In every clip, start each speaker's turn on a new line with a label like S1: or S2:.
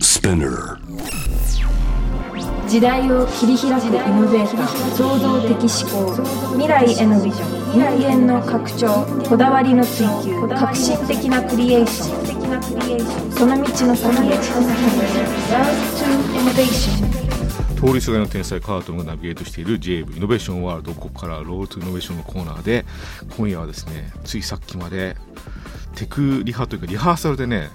S1: Spinner.
S2: 時代を切り開くイノベーター創造的思考未来へのビジョン人間の拡張こだわりの追求革新的なクリエーションその道の先へ Love to Innovation
S3: 通りすがりの天才カートンがナビゲートしている JAVE イノベーションワールドここからロードトゥイノベーションのコーナーで今夜はですねついさっきまでテクリハというかリハーサルでね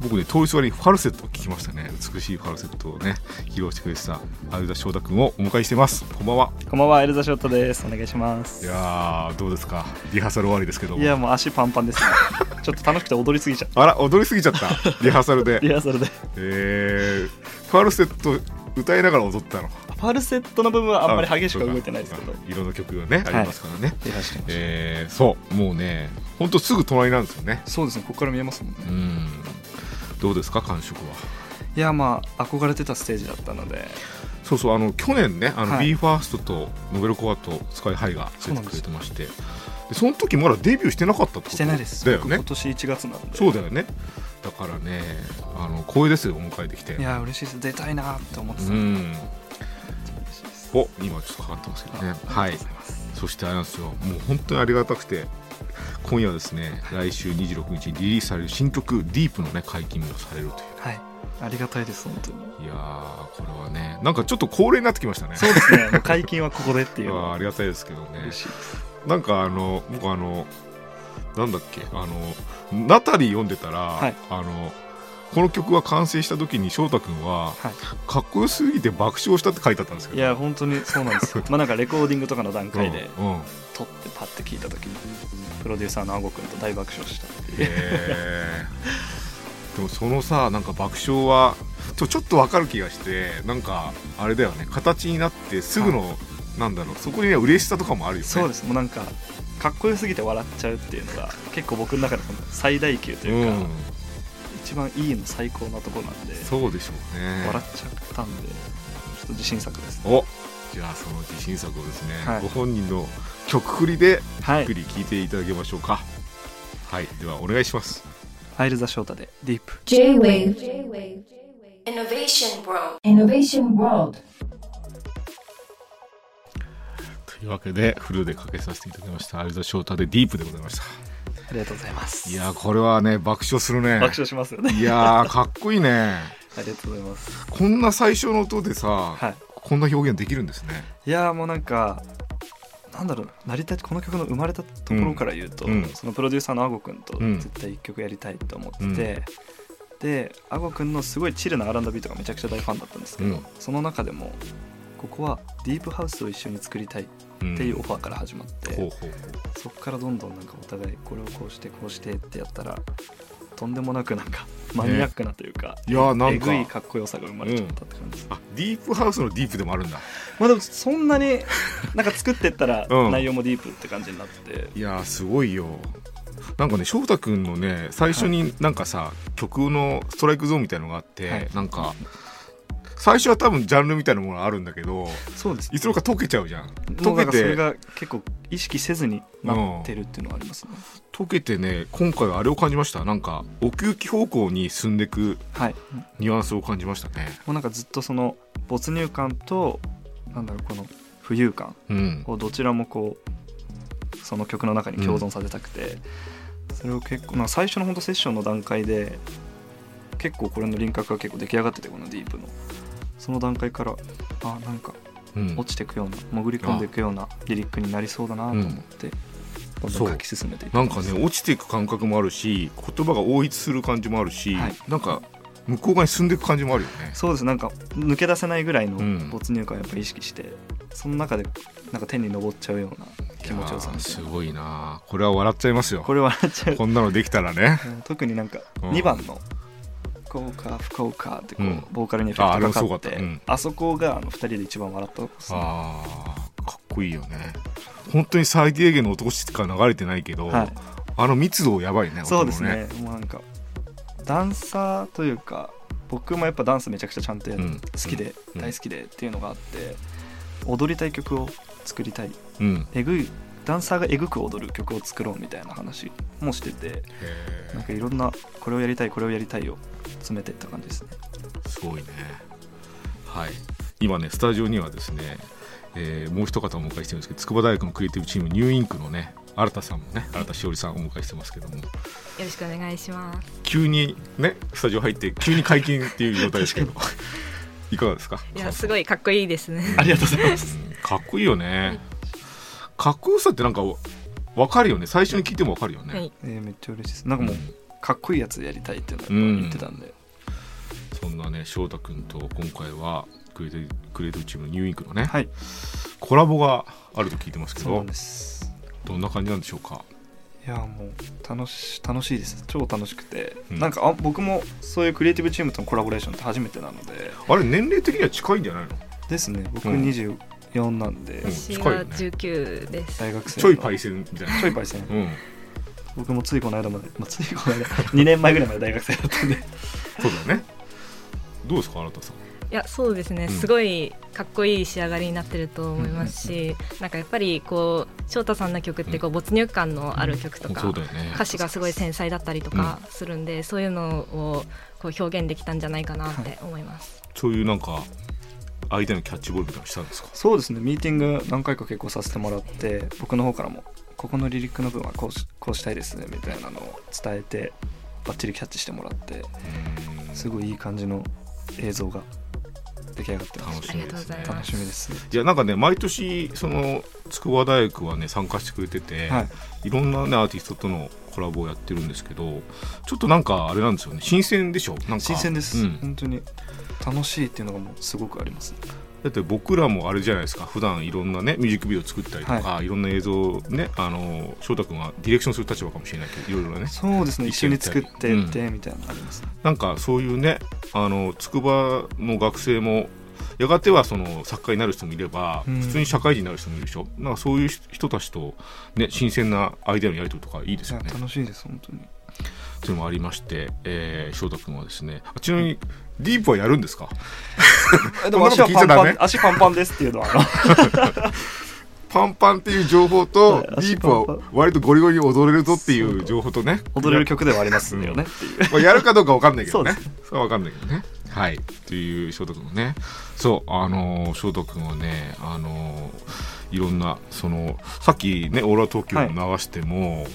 S3: 僕ね通りすがりにファルセットを聞きましたね美しいファルセットをね披露してくれてた有田翔太君をお迎えしてますこんばんは
S4: こんばんは、エルザショットです。お願いしま
S3: い
S4: す。
S3: やーどうですかリハーサル終わりですけど
S4: いや、もう足パンパンです、ね。 ちょっと楽しくて踊りすぎちゃっ
S3: あら踊りすぎちゃ ったリハーサルで
S4: た。リハーサルで。
S3: えー、ファルセット歌いながら踊ったの
S4: パルセットの部分はあんまり激しくは動いてないですけど。
S3: いろんな曲がねあ
S4: い
S3: りますからね、
S4: リハしてました
S3: えーそうもうねほんとすぐ隣なんですよね
S4: そうですね、ここから見えますもんね。
S3: うんどうですか感触はい
S4: や、まあ、憧れてたステージだったので。
S3: そうそうあの去年ねあの、
S4: はい
S3: BE:FIRST とノベルコアとスカイハイが出てくれてましてでその時まだデビューしてなかったってこと
S4: してないです。
S3: だよ
S4: 僕
S3: ね
S4: 今年1月なんで。
S3: そうだよねだからねあの光栄ですよお迎えできて
S4: いや、嬉しいです。出たいなって思って
S3: う
S4: た。嬉
S3: ん
S4: しいです
S3: お今ちょっとかかってますけどね
S4: あ
S3: は
S4: りが
S3: い
S4: とうございます
S3: そしてあれなんですよもう本当にありがたくて今夜はですね来週26日にリリースされる新曲「ディープのね解禁もされるという
S4: はい。ありがたいです、本当に。
S3: いやーこれはねなんかちょっと恒例になってきましたね
S4: そうですね、もう解禁はここでっていうの
S3: あー
S4: は。
S3: ありがたいですけどね
S4: 嬉しいです。
S3: なんかあの僕あのなんだっけあのナタリー読んでたら、
S4: い
S3: あのこの曲が完成した時に翔太君は
S4: はい。
S3: かっこよすぎて爆笑したって書いてあったんですけど
S4: いや本当にそうなん ですよまあなんかレコーディングとかの段
S3: うんう
S4: 階
S3: ん
S4: で撮ってパッて聞いた時にプロデューサーのあごくんと大爆笑した
S3: へーでもそのさなんか爆笑はちょちょっとわかる気がしてなんかあれだよね形になってすぐの、なんだろうそこには嬉しさとかもあるよね
S4: そう ですもうなんかかっこよすぎて笑っちゃうっていうのが結構僕の中でこの最大級というか、
S3: うん、
S4: 一番いいの最高なとこなんで
S3: そうでしょうね
S4: 笑っちゃったんでちょっと自信作ですね
S3: おじゃあその自信作をですね、
S4: はい
S3: ご本人の曲振りで
S4: は
S3: ゆっく
S4: い
S3: り聞いていただきましょうかはい、ではお願いします
S4: アイルザ翔太でディープ
S2: J-Wave
S5: Innovation World.
S2: Innovation World
S3: というわけでフルでかけさせていただきました有田翔太でディープでございました
S4: ありがとうございます
S3: いやーこれはね爆笑するね
S4: 爆笑しますよね
S3: いやーかっこいいね
S4: ありがとうございます
S3: こんな最初の音でさ、
S4: はい
S3: こんな表現できるんですね。
S4: いやーもうなんかなんだろう成り立ちこの曲の生まれたところから言うと、
S3: うんうん
S4: そのプロデューサーのあごくんと
S3: うん
S4: 絶対一曲やりたいと思ってて、であごくんのすごいチルな R&B とかめちゃくちゃ大ファンだったんですけど、
S3: うん
S4: その中でもここはディープハウスを一緒に作りたいっ
S3: うん
S4: ていうオファーから始まって、
S3: ほうほう
S4: そこからどんどんなんかお互いこれをこうしてこうしてってやったらとんでもなくなんかマニアックなというか、
S3: いやーな
S4: え
S3: ん
S4: ぐいか
S3: か
S4: っこよさが生まれちゃったって感じです、
S3: あディープハウスのディープでもあるんだ。
S4: まあでもそんな になんか作ってったら
S3: うん
S4: 内容もディープって感じになって、
S3: いやーすごいよ。なんかね翔太君のね最初になんかさ、曲のストライクゾーンみたいのがあって、
S4: はい
S3: なんか最初は多分ジャンルみたいなものあるんだけど
S4: そうです
S3: いつの間にか溶けちゃうじゃん。
S4: もうな
S3: 溶
S4: ん
S3: け
S4: かそれ
S3: て
S4: が結構意識せずになってるっていうのはありますね、
S3: 溶けてね今回はあれを感じましたなんか奥行き方向に進んでいく
S4: はいも
S3: ニュアンスを感じましたね。
S4: うなんかずっとその没入感となんだろうこの浮遊感
S3: うん、
S4: をどちらもこうその曲の中に共存させたくて、それを結構なんか最初の本当セッションの段階で結構これの輪郭が結構出来上がっててこのディープのその段階からあなんか
S3: うん
S4: 落ちていくような潜り込んでいくようなリリックになりそうだなと思って、どんどん書き進めていって
S3: な
S4: ま
S3: ん
S4: す
S3: かね落ちていく感覚もあるし言葉が応一する感じもあるし、
S4: はい
S3: なんか向こう側に進んでいく感じもあるよね。
S4: そうですなんか抜け出せないぐらいの
S3: うん
S4: 没入感をやっぱ意識して、その中でなんか天に昇っちゃうような気持ちよさみ
S3: いやー
S4: たい
S3: す
S4: な
S3: ごいなこれは笑っちゃいますよ
S4: これ笑っちゃう
S3: こんなのできたらね
S4: 特になんか
S3: うん
S4: 2番の「不幸か不幸か」ってこう、
S3: うん
S4: ボーカルにエフェクトがかかって
S3: ああれもすごかった
S4: あ,、
S3: うん
S4: そこがあの2人で一番笑ったとこですね
S3: あーかっこいいよね本当に最低限の音しか流れてないけど、
S4: はい
S3: あの密度やばいね
S4: そうですねもうなんかダンサーというか僕もやっぱダンスめちゃくちゃちゃんとやる、
S3: う
S4: 好
S3: ん
S4: きで、
S3: うん
S4: 大好きでっていうのがあって踊りたい曲を作りたい
S3: 音もね
S4: えぐいダンサーがえぐく踊る曲を作ろうみたいな話もしてて
S3: うんへ
S4: なんかいろんなこれをやりたいこれをやりたいを詰めていった感じですね
S3: すごいね。はい。今ねスタジオにはですね、えーもう一方お迎えしてるんですけど、筑波大学のクリエイティブチームニューインクのね、新田さんもね、新田しおりさんをお迎えしてますけども、
S1: よろしくお願いします。
S3: 急にねスタジオ入って急に解禁っていう状態ですけ ど、いかがですか。
S1: いや、すごいかっこいいですね。
S4: ありがとうございます
S3: うんかっこいいよね。かっこよさってなんかわかるよね。最初に聞いてもわかるよね。
S1: はい。
S4: えーめっちゃ嬉しいですなんかもうかっこいいやつやりたいっていうの
S3: う
S4: を
S3: ん
S4: 言ってたんで、
S3: そんなね翔太君と今回はクリエイティブクリエイティブチームのニューインクのね、
S4: はい
S3: コラボがあると聞いてますけ
S4: そうな
S3: ど
S4: んです
S3: どんな感じなんでしょうか。
S4: いやもう楽し楽しいです超楽しくて、
S3: うん
S4: なんかあ僕もそういうクリエイティブチームとのコラボレーションって初めてなので
S3: あれ年齢的には近いんじゃないの？
S4: ですね僕
S3: うん
S4: 24なんで、
S3: うん
S1: 私
S3: 近いよ
S1: は
S3: ね
S1: 19です。
S4: 大学生
S3: ちょいパイセンみたいな。
S4: ちょいパイセン
S3: うん、
S4: 僕もついこの間まで、まあ、ついこの間2年前ぐらいまで大学生だったん で
S3: そうだよね。どうですか、あなたさん。
S1: いや、そうですね。すごいかっこいい仕上がりになってると思いますし、なんかやっぱりこう翔太さんの曲ってこう没入感のある曲と
S3: そ
S1: か
S3: うだ。よね。
S1: 歌詞がすごい繊細だったりとかするんで、そういうのをこう表現できたんじゃないかなって思います。
S3: そういうなんか相手のキャッチボールみたいなのしたんですか。
S4: そうですねミーティング何回か結構させてもらって僕の方からもここのリリックの部分はこうしこうしたいですねみたいなのを伝えてバッチリキャッチしてもらってすごいいい感じの映像が出来上がってま
S3: 楽
S4: す
S3: しみですね
S1: ありがとうござい。ま
S4: 楽しみですね
S3: じゃあなんかね毎年その筑波大学はね参加してくれてて、
S4: はい
S3: い、ろんなねアーティストとのコラボをやってるんですけどちょっとなんかあれなんですよね新鮮でしょなんか
S4: 新鮮です、
S3: うん
S4: 本当に楽しいっていうのがもうすごくあります
S3: だって僕らもあれじゃないですか普段いろんなねミュージックビデオ作ったりとか、い、ろんな映像をねあの翔太君はディレクションする立場かもしれないけどいろいろね
S4: そうですね一緒に作って
S3: うん
S4: ってみたいなのあります、
S3: なんかそういうねあの筑波の学生もやがてはその作家になる人もいれば、
S4: うん
S3: 普通に社会人になる人もいるでしょなんかそういう人たちと、ね、新鮮なアイデアのやり取りとかいいです
S4: い
S3: よ
S4: や
S3: ね。
S4: 楽しいです本当に
S3: というのもありまして、えー、翔太君はですねあちなみにディープはやるんですか
S4: え
S3: でも足はパンパン
S4: 足パンパンですっていうのはあの
S3: パンパンっていう情報と
S4: はい
S3: ディープ
S4: 足パン
S3: は
S4: パ
S3: 割とゴリゴリに踊れるぞっていう情報とね
S4: 踊れる曲ではありますよねっていう
S3: まあ、やるかどうかわかんないけどね
S4: そう。
S3: それはわかんないけどね。はい。という翔太君のね。そう、あのー翔太君はね、あのーいろんな、その、さっきね、オーラ東京を流しても、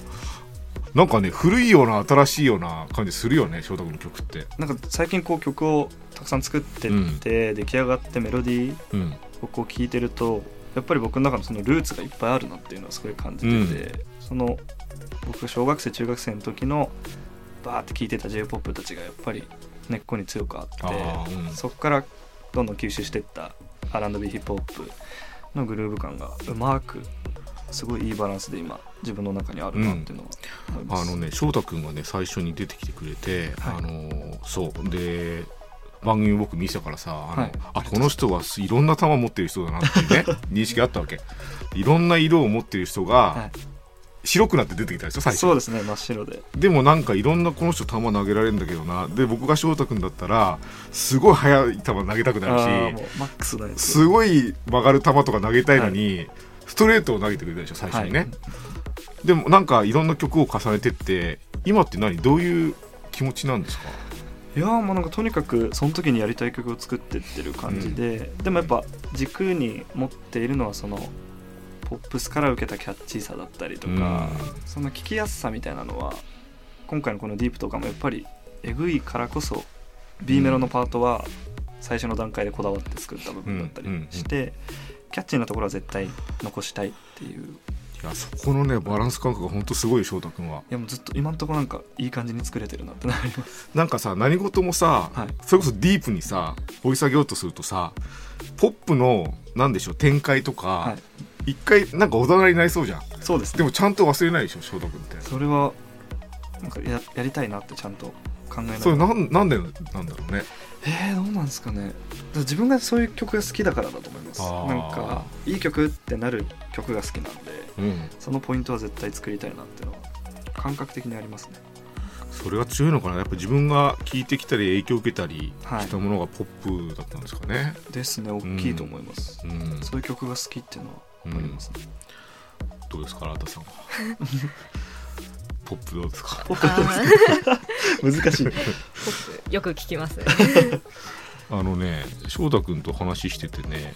S3: なんかね、古いような、新しいような感じするよね、翔太君の曲って。
S4: なんか最近こう曲をたくさん作ってって、出来上がってメロディー
S3: うん。
S4: をこう聴いてるとやっぱり僕の中のそのルーツがいっぱいあるなっていうのはすごい感じてて、その僕小学生中学生の時のバーって聴いてた j p o p たちがやっぱり根っこに強くあって
S3: あーうん
S4: そこからどんどん吸収していった R&B ヒップホップのグルーヴ感がうまくすごいいいバランスで今自分の中にあるなっていうのは思いま
S3: あ
S4: す、
S3: のね、翔太君がね、最初に出てきてくれて、
S4: はい
S3: あのーそう。で、番組僕見せたからさ、あの
S4: はい
S3: あこの人はいろんな球持ってる人だなってい うね認識あったわけいろんな色を持ってる人
S4: は
S3: が
S4: い
S3: 白くなって出てきたでしょ最初
S4: そうですね真っ白で
S3: でもなんかいろんなこの人球投げられるんだけどなで僕が翔太君だったらすごい速い球投げたく
S4: あ
S3: な
S4: ー
S3: る
S4: も
S3: し
S4: うマックスのやつ
S3: すごい曲がる球とか投げたいのに、ストレートを投げてくれたでしょ最初にね、
S4: はい
S3: でもなんかいろんな曲を重ねてって今って何どういう気持ちなんですか
S4: いやーもうなんかとにかくその時にやりたい曲を作ってってる感じで、でもやっぱ軸に持っているのはそのポップスから受けたキャッチーさだったりとか、その聴きやすさみたいなのは今回のこの「ディープとかもやっぱりえぐいからこそ B メロのパートは最初の段階でこだわって作った部分だったりして、キャッチーなところは絶対残したいっていうい
S3: いやそこのねバランス感覚が本当すごい翔太君は
S4: やもうずっと今のところなんかいい感じに作れてるなってなります
S3: なんかさ何事もさ、
S4: はい
S3: それこそディープにさ掘り下げようとするとさポップのなんでしょう展開とか、
S4: は
S3: 一回なんかおだなりになりそうじゃん
S4: そうですね
S3: でもちゃんと忘れないでしょ翔太君って
S4: それはなんかややりたいなってちゃんと考えな
S3: それ
S4: がら
S3: なんなんでなんだろうね
S4: えー、どうなんですかねだから自分がそういう曲が好きだからだと思います
S3: あー
S4: なんかいい曲ってなる曲が好きなんで
S3: うん
S4: そのポイントは絶対作りたいなっていうのは感覚的にありますね
S3: それが強いのかなやっぱ自分が聞いてきたり影響を受けたり
S4: はい
S3: したものがポップだったんですかね、
S4: ですね大きいと思います、
S3: うん
S4: そういう曲が好きっていうのはありますね、
S3: どうですか新田さんはポップどうですか
S1: あー
S4: 難しい
S1: ポップよく聞 きますね
S3: あのね翔太君と話しててね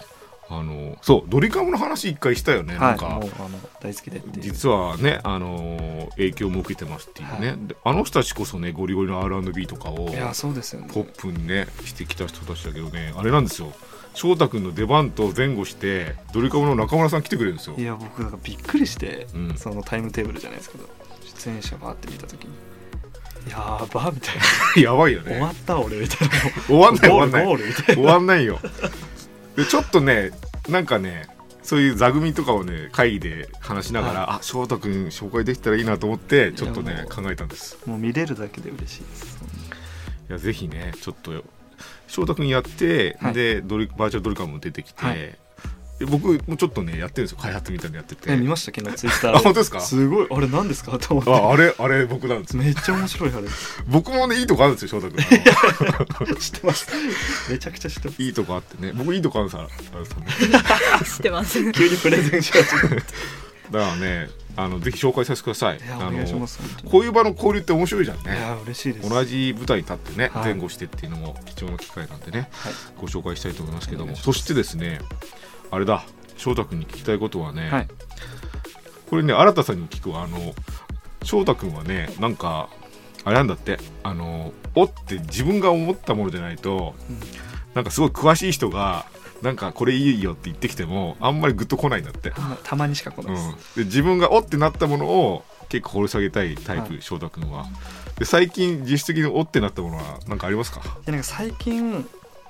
S3: あのそうドリカムの話一回したよね、なんか
S4: はい、もうあの大好きでっていう
S3: 実はね、あのー影響も受けてますっていうね、
S4: はい
S3: であの人たちこそねゴリゴリの R&B とかを
S4: いやそうですよね
S3: ポップにねしてきた人たちだけどねあれなんですよ翔太君の出番と前後してドリカムの中村さん来てくれるんですよ
S4: いや僕なんかびっくりして、
S3: うん
S4: そのタイムテーブルじゃないですけど出演者バーって見た時に「やーば」みたいな
S3: やばいよ
S4: 「 終わ
S3: ね
S4: った俺」みたいな
S3: 終わんない終
S4: ゴ
S3: わ
S4: ー
S3: ん
S4: ル
S3: ない
S4: ゴールみたい
S3: 終わんないよでちょっとねなんかねそういう座組とかをね会議で話しながら、あ翔太君紹介できたらいいなと思ってちょっと
S4: いや
S3: ね
S4: もう
S3: 考えたんです
S4: なもう見れるだけで嬉しいです
S3: いやぜひねちょっと翔太君やって、
S4: はい
S3: でドリバーチャルドリカムも出てきて、
S4: はい
S3: で僕もちょっとねやってるんですよ開発みたいなのやってて
S4: え見ました昨日ツイッター
S3: あ本当ですか
S4: すごいあれ何ですかと思っ
S3: ああれあれ僕なんです
S4: て
S3: よ
S4: めっちゃ面白いあれ
S3: 僕もねいいとこあるんですよ翔太君あ
S4: 知ってますめちゃくちゃ知ってます
S3: のいいとこあってね僕いいとこあるんですよあのさんね
S1: 知ってます
S4: 急にプレゼンし始めて
S3: だからねあのぜひ紹介させてください
S4: いや
S3: あ
S4: お願いし
S3: の
S4: ます本当に
S3: こういう場の交流って面白いじゃんね
S4: いや嬉しいです
S3: 同じ舞台に立ってね、
S4: はい
S3: 前後してっていうのも貴重な機会なんでね、
S4: はい
S3: ご紹介したいと思いますけど
S4: お願
S3: も
S4: いし
S3: そしてですねあれだ翔太君に聞きたいことはね、
S4: はい
S3: これね新田さんに聞くわあの翔太君はねなんかあれなんだってあのおって自分が思ったものじゃないと、
S4: ん
S3: なんかすごい詳しい人がなんかこれいいよって言ってきてもあんまりグッと来ないんだって、
S4: まあたまにしか来
S3: う
S4: ない
S3: ん
S4: です、、
S3: で自分がおってなったものを結構掘り下げたいタイプ、
S4: はい
S3: 翔太君はで最近実質的におってなったものは何かありますか
S4: でなんか最近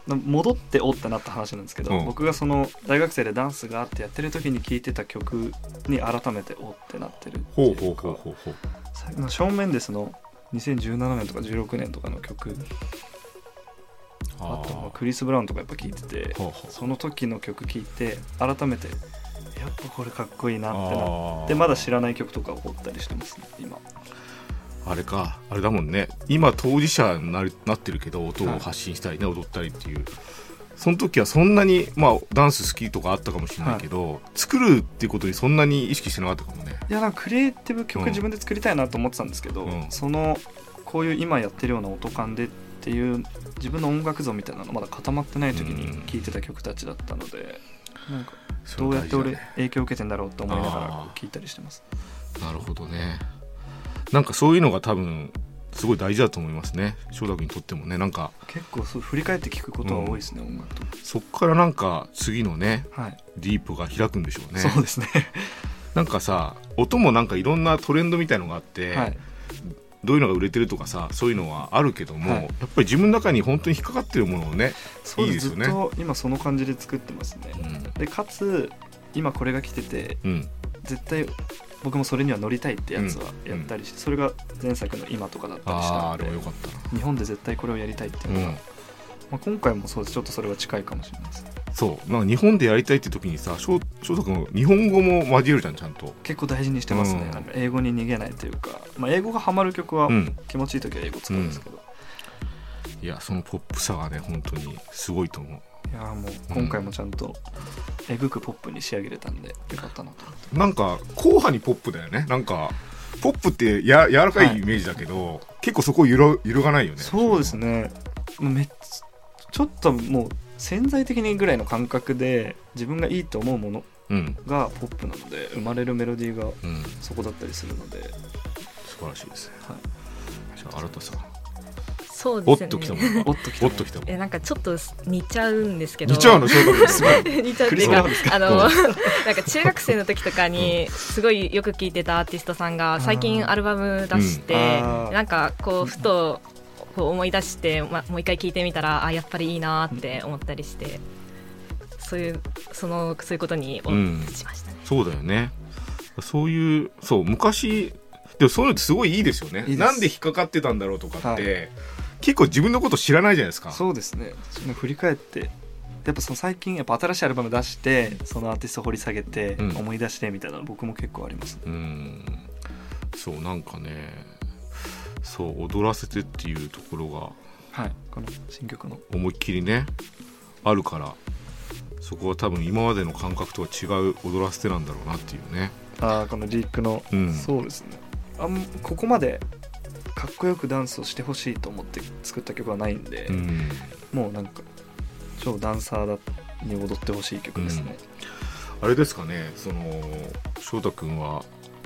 S4: 戻っておったなって話なんですけど、
S3: うん
S4: 僕がその大学生でダンスがあってやってる時に聴いてた曲に改めておってなってるってい
S3: ほう
S4: か
S3: ほうほうほうほう
S4: さまあ正面でその2017年とか16年とかの曲あとは
S3: あ
S4: クリス・ブラウンとかやっぱ聴いてて
S3: ーほうほう
S4: その時の曲聴いて改めてやっぱこれかっこいいなってなっ
S3: あ
S4: て
S3: ー
S4: まだ知らない曲とかを掘ったりしてますね今
S3: あれかあれだもんね今当事者になりなってるけど音を発信したりね、踊ったりっていうその時はそんなにまあダンス好きとかあったかもしれないけど、作るっていうことにそんなに意識してなかったかもね
S4: いやなんかクリエイティブ曲
S3: うん
S4: 自分で作りたいなと思ってたんですけど、
S3: うん
S4: そのこういう今やってるような音感でっていう自分の音楽像みたいなのまだ固まってない時
S3: うん
S4: に聴いてた曲たちだったので、なんか
S3: それ
S4: どう
S3: は
S4: やって
S3: 大事
S4: 俺
S3: だね
S4: 影響受けてんだろうと思いながら
S3: あー
S4: 聴いたりしてます
S3: なるほどねなんかそういうのが多分すごい大事だと思いますね翔太君にとってもねなんか
S4: 結構そう振り返って聴くことは多いですね、音楽と
S3: そっからなんか次のね
S4: はい、
S3: ディープが開くんでしょうね
S4: そうですね、
S3: なんかさ音もなんかいろんなトレンドみたいのがあっ て、
S4: はい
S3: どういうのが売れてるとかさそういうのはあるけども、
S4: はい
S3: やっぱり自分の中に本当に引っかかってるものをね、
S4: そう
S3: いい
S4: で
S3: ですすよね
S4: ずっと今その感じで作ってますね、でかつ今これが来てて
S3: うん、
S4: 絶対僕もそれには乗りたいってやつはやったりして、それが前作の今とかだったりした
S3: あーあ
S4: ので
S3: れは良かったな
S4: 日本で絶対これをやりたいっていうのが、
S3: うん
S4: まあ、今回もそうですちょっとそれは近いかもしれないです
S3: そうなんか日本でやりたいって時にさ翔翔太君日本語も交えるじゃんちゃんと
S4: 結構大事にしてますね、
S3: うん
S4: なんか英語に逃げないというか、まあ、英語がハマる曲は
S3: うん
S4: 気持ちいい時は英語使うんですけど、
S3: いやそのポップさがね本当にすごいと思
S4: いやーもう今回もちゃんとえぐくポップに仕上げれたんでよかったなと思って
S3: うなんか硬派にポップだよねなんかポップってや柔らか
S4: はいい
S3: イメージだけど、結構そこ揺ら揺るがないよね
S4: そうですねもうめっちちょっともう潜在的にぐらいの感覚で自分がいいと思うもの
S3: うん
S4: がポップなので生まれるメロディーが
S3: うん
S4: そこだったりするので、
S3: 素晴らしいですね
S4: はい、
S3: じゃあ新田さん、
S1: そう
S3: お
S1: で
S3: っ
S1: すね
S3: ときたもん
S4: おっとき
S3: お
S4: た
S3: っときたもん
S1: えなんかちょっと似ちゃうんですけど
S3: 似ちゃうの翔太君すごい
S1: 似ちゃうって
S4: クリ
S1: い
S4: ス
S1: う
S4: マ
S1: か
S4: スですか
S1: あ
S3: うん
S1: の なんか中学生の時とかにすごいよく聴いてたアーティストさんが最近アルバム出して、
S4: うんあー
S1: なんかこうふとこう思い出して、ま、もう一回聴いてみたらあやっぱりいいなーって思ったりしてそういうそのそういうことにお
S3: うん
S1: しましたね。
S3: そうだよねそういうそう昔でもそういうのってすごいいいですよね
S4: いいです
S3: なんで引っかかってたんだろうとかって、
S4: は
S3: 結構自分のこと知らないじゃないですか
S4: そうですねその振り返ってやっぱその最近やっぱ新しいアルバム出してそのアーティスト掘り下げて
S3: うん
S4: 思い出してみたいなの僕も結構あります、
S3: うんそうなんかねそう踊らせてっていうところが
S4: はいこの新曲の
S3: 思いっきりねあるからそこは多分今までの感覚とは違う踊らせてなんだろうなっていうね
S4: あーこのリークの、
S3: うん
S4: そうですねあんここまでかっこよくダンスをしてほしいと思って作った曲はないんで、
S3: うん
S4: もうなんか超ダンサーだに踊ってほしい曲ですね、
S3: あれですかねその翔太君は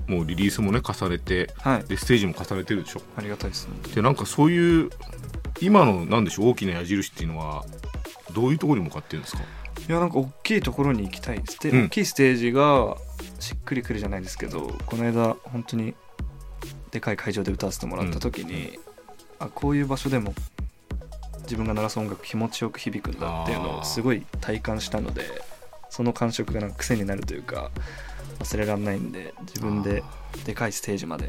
S3: もうリリースもね重ねて
S4: はい
S3: でステージも重ねてるでしょ
S4: ありがたいですね
S3: でなんかそういう今のなんでしょう大きな矢印っていうのはどういうところに向かってるんですか
S4: いやなんか大きいところに行きたいステ、
S3: うん
S4: 大きいステージがしっくりくるじゃないですけどこの間本当にでかい会場で歌わせてもらった時に、あこういう場所でも自分が鳴らす音楽気持ちよく響くんだっていうの
S3: あー
S4: をすごい体感したのでその感触がなんか癖になるというか忘れられないんで自分ででかいステージまで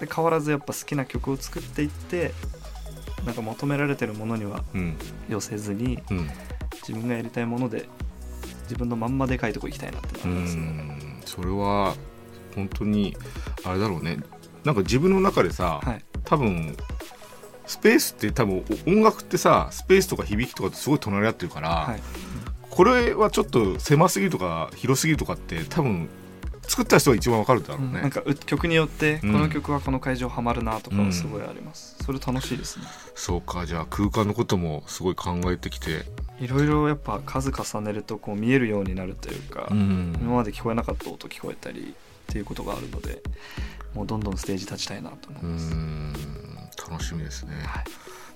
S4: で変わらずやっぱ好きな曲を作っていってなんか求められてるものには
S3: うん
S4: 寄せずに
S3: うん
S4: 自分がやりたいもので自分のまんまでかいとこ行きたいなって
S3: う
S4: 思いますね、
S3: んそれは本当にあれだろうねなんか自分の中でさ、
S4: はい
S3: 多分スペースって多分音楽ってさスペースとか響きとかとすごい隣り合ってるから、
S4: はい
S3: これはちょっと狭すぎるとか広すぎるとかって多分作った人が一番わかるだろうね、
S4: なんかう曲によってこ
S3: うん
S4: の曲はこの会場ハマるなとかはすごいあります、それ楽しいですね
S3: そうかじゃあ空間のこともすごい考えてきて
S4: いろいろやっぱ数重ねるとこう見えるようになるというか、今
S3: ん
S4: まで聞こえなかった音聞こえたりっていうことがあるのでもうどんどんステージ立ちたいなと思います、
S3: 楽しみですね、
S4: はい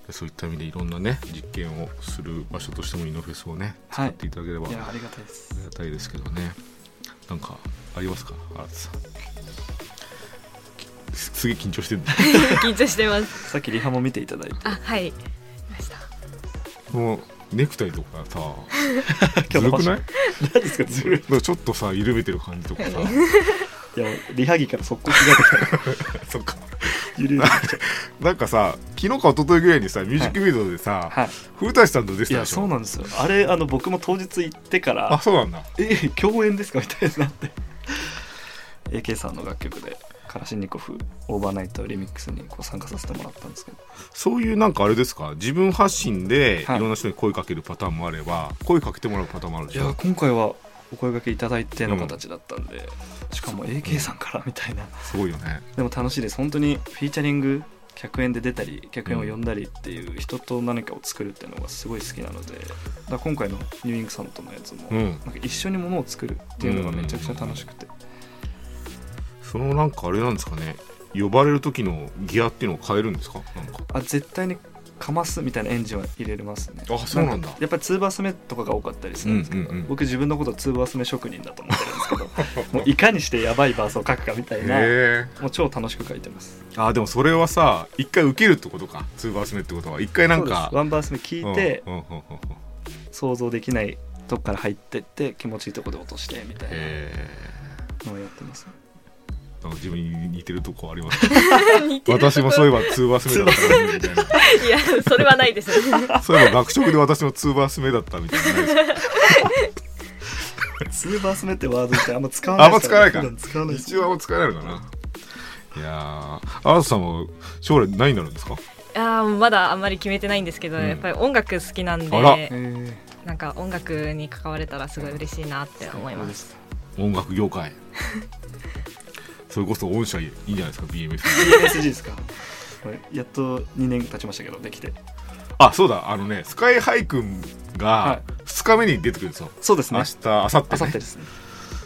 S3: でそういった意味でいろんなね実験をする場所としてもイノフェスをね
S4: は
S3: やっ
S4: い
S3: ていただければ
S4: い
S3: あ
S4: やありがたいです
S3: りがたいですけどねなんかありますか荒田さんきすげえ緊張してる
S1: 緊張してます
S4: さっきリハも見ていただいて
S1: あはいました
S3: もうネクタイとかさず
S4: 今日
S3: る
S4: のファ
S3: く
S4: ッショ
S3: な
S4: ン
S3: い
S4: 何ですか
S3: ず
S4: ずる
S3: るいちょっとさ緩めてる感じと かさ
S4: いいやリハ着から速攻着替えてきた
S3: そっか
S4: 揺れる
S3: なんかさ昨日か一昨日ぐらいにさミュージックビデオでさ、
S4: はい
S3: 古舘さんと出て
S4: い
S3: たで
S4: や
S3: し
S4: そ
S3: ょ
S4: うなんですよあれあの僕も当日行ってから
S3: あそうなんだ
S4: え共演ですか みたいになって AK さんの楽曲でカラシニコフオーバーナイトリミックスにこう参加させてもらったんですけど
S3: そういうなんかあれですか自分発信でい
S4: はい
S3: ろんな人に声かけるパターンもあれば、声かけてもらうパターンもあるで
S4: い
S3: し
S4: や
S3: ょ
S4: 今回はお声掛けいただいての形だったんで、しかも AK さんからみたいな
S3: すごいよね
S4: でも楽しいです本当にフィーチャリング客演で出たり客演を呼んだりっていう人と何かを作るっていうのがすごい好きなのでだから今回のニューインクさんとのやつも、
S3: うん
S4: なんか一緒にものを作るっていうのがめちゃくちゃ楽しくて、
S3: そのなんかあれなんですかね呼ばれる時のギアっていうのを変えるんですかなんか
S4: あ絶対にかますみたいなエンジンは入れれますね
S3: あそうなんだ
S4: かやっぱり2バース目とかが多かったりするんですけど、
S3: うんうんうん
S4: 僕自分のこと2バース目職人だと思ってるんですけ どもういかにしてやばいバースを書くかみたいな、
S3: へえ
S4: もう超楽しく書いてます
S3: あでもそれはさ一回受けるってことかツーバース目ってことは一回なん
S4: そうで
S3: か
S4: すワンバース目聞いて、
S3: うんうんうんうんうん
S4: 想像できないとこから入ってって気持ちいいとこで落としてみたい
S3: へ
S4: なのをやってます、
S3: ーなんか自分に似てるとこあります ね私もそういえばツーバース目だったなみたいない
S1: やそれはないです
S3: そういえば学食で私のツーバース目だったみたいなのないですか
S4: ツーバース目ってワードってあんま使わな
S3: あ
S4: い
S3: んま使わないか
S4: 普段使わないです
S3: 一応あんま使わないのかないやーアースさんも将来何になるんですか
S1: あーまだあんまり決めてないんですけど、
S3: うん
S1: やっぱり音楽好きなん
S3: あら
S1: で
S4: へー
S1: なんか音楽に関われたらすごい嬉しいなって思い
S4: そう
S1: ま
S4: ですす
S3: 音楽業界それこそ御社いいんじゃないですか BMS
S4: BSG ですかこれやっと2年経ちましたけどできて
S3: あそうだあのねスカイハイくん
S4: は
S3: が
S4: い
S3: 2日目に出てくるんですよ、
S4: そうですね
S3: 明日
S4: あ
S3: 明後日
S4: さって
S3: ね
S4: ですね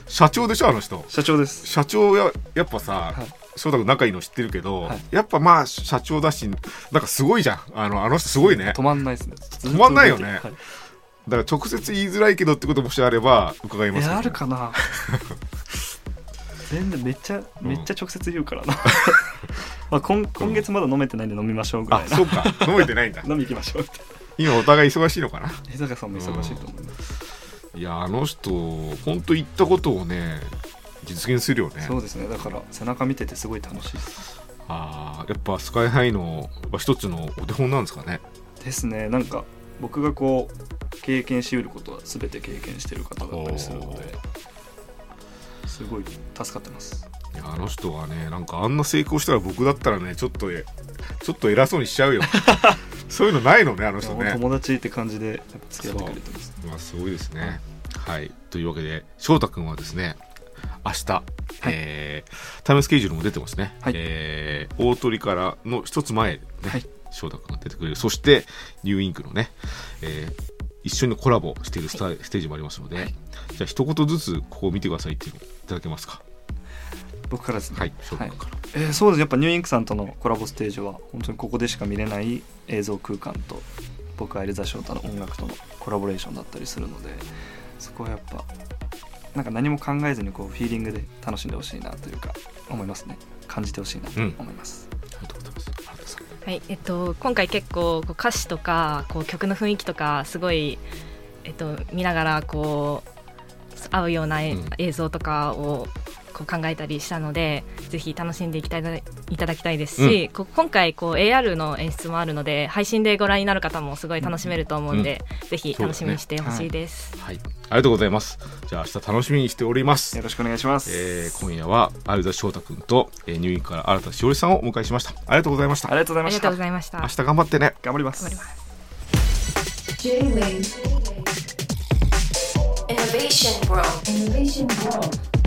S3: 社長でしょあの人
S4: 社長です
S3: 社長ややっぱさ、
S4: はい
S3: 翔太君仲いいの知ってるけど、
S4: はい
S3: やっぱまあ社長だしなんかすごいじゃんあのあの人すごいね
S4: 止まんないですね止
S3: まんないよね
S4: はい
S3: だから直接言いづらいけどってこともしあれば伺い
S4: え
S3: ますけど
S4: あるか な全然めっちゃ
S3: うん
S4: めっちゃ直接言うからな まあ今今月まだ飲めてないんで飲みましょうぐら
S3: あ
S4: いな
S3: そうか飲めてないんだ
S4: 飲み行きましょうみたい
S3: 今お互い忙しいのかな
S4: な江坂さんも忙しいと思います、
S3: いやあの人本当言ったことをね実現するよね
S4: そうですねだから背中見ててすごい楽しいです
S3: あーやっぱスカイハイのやっぱ一つのお手本なんですかね
S4: ですねなんか僕がこう経験しうることは全て経験してる方だったりするのですごい助かってます
S3: いやあの人はねなんかあんな成功したら僕だったらねちょっとえちょっと偉そうにしちゃ うよそういうのないのねあの人
S4: いや
S3: ね
S4: 友達って感じでやっぱ付き合ってくれてます
S3: まあすごいですねはいというわけで翔太君はですね明日、えータイムスケジュールも出てますね、
S4: はい
S3: えー大鳥からの一つ前、ね
S4: はい
S3: 翔太君が出てくれるそしてニューインクのね、えー一緒にコラボしているスタ、ステージもありますので、じゃあ一言ずつここを見てくださいっていうのをいただけますか
S4: 僕からですね、
S3: はい翔太君から、
S4: えーそうですやっぱニューインクさんとのコラボステージは本当にここでしか見れない映像空間と僕はエルザ翔太の音楽とのコラボレーションだったりするのでそこはやっぱなんか何も考えずにこうフィーリングで楽しんでほしいなというか思いますね感じてほしいなと思います、
S3: ありがとうございます原田さん
S1: はいえっと、今回結構こう歌詞とかこう曲の雰囲気とかすごい、えっと、見ながらこう合うようなえ
S3: うん
S1: 映像とかをこう考えたりしたので、ぜひ楽しんでいきたいないただきたいですし、こう今回こう AR の演出もあるので配信でご覧になる方もすごい楽しめると思うんで、ぜひ楽しみにしてほしいです。
S3: はい、ありがとうございます。じゃあ明日楽しみにしております
S4: よ。ろしくお願いします、
S3: えー今夜は有田翔太君と、えー、入院から新田しおりさんをお迎えしました。ありがとうございました。
S4: ありがとうござい
S1: あ
S4: ま
S1: り
S4: し
S1: がと
S4: た
S1: うございました
S3: 明。日頑張ってね。
S4: 頑張ります
S1: 頑張ります
S2: J-Wave
S5: Innovation World.
S2: Innovation World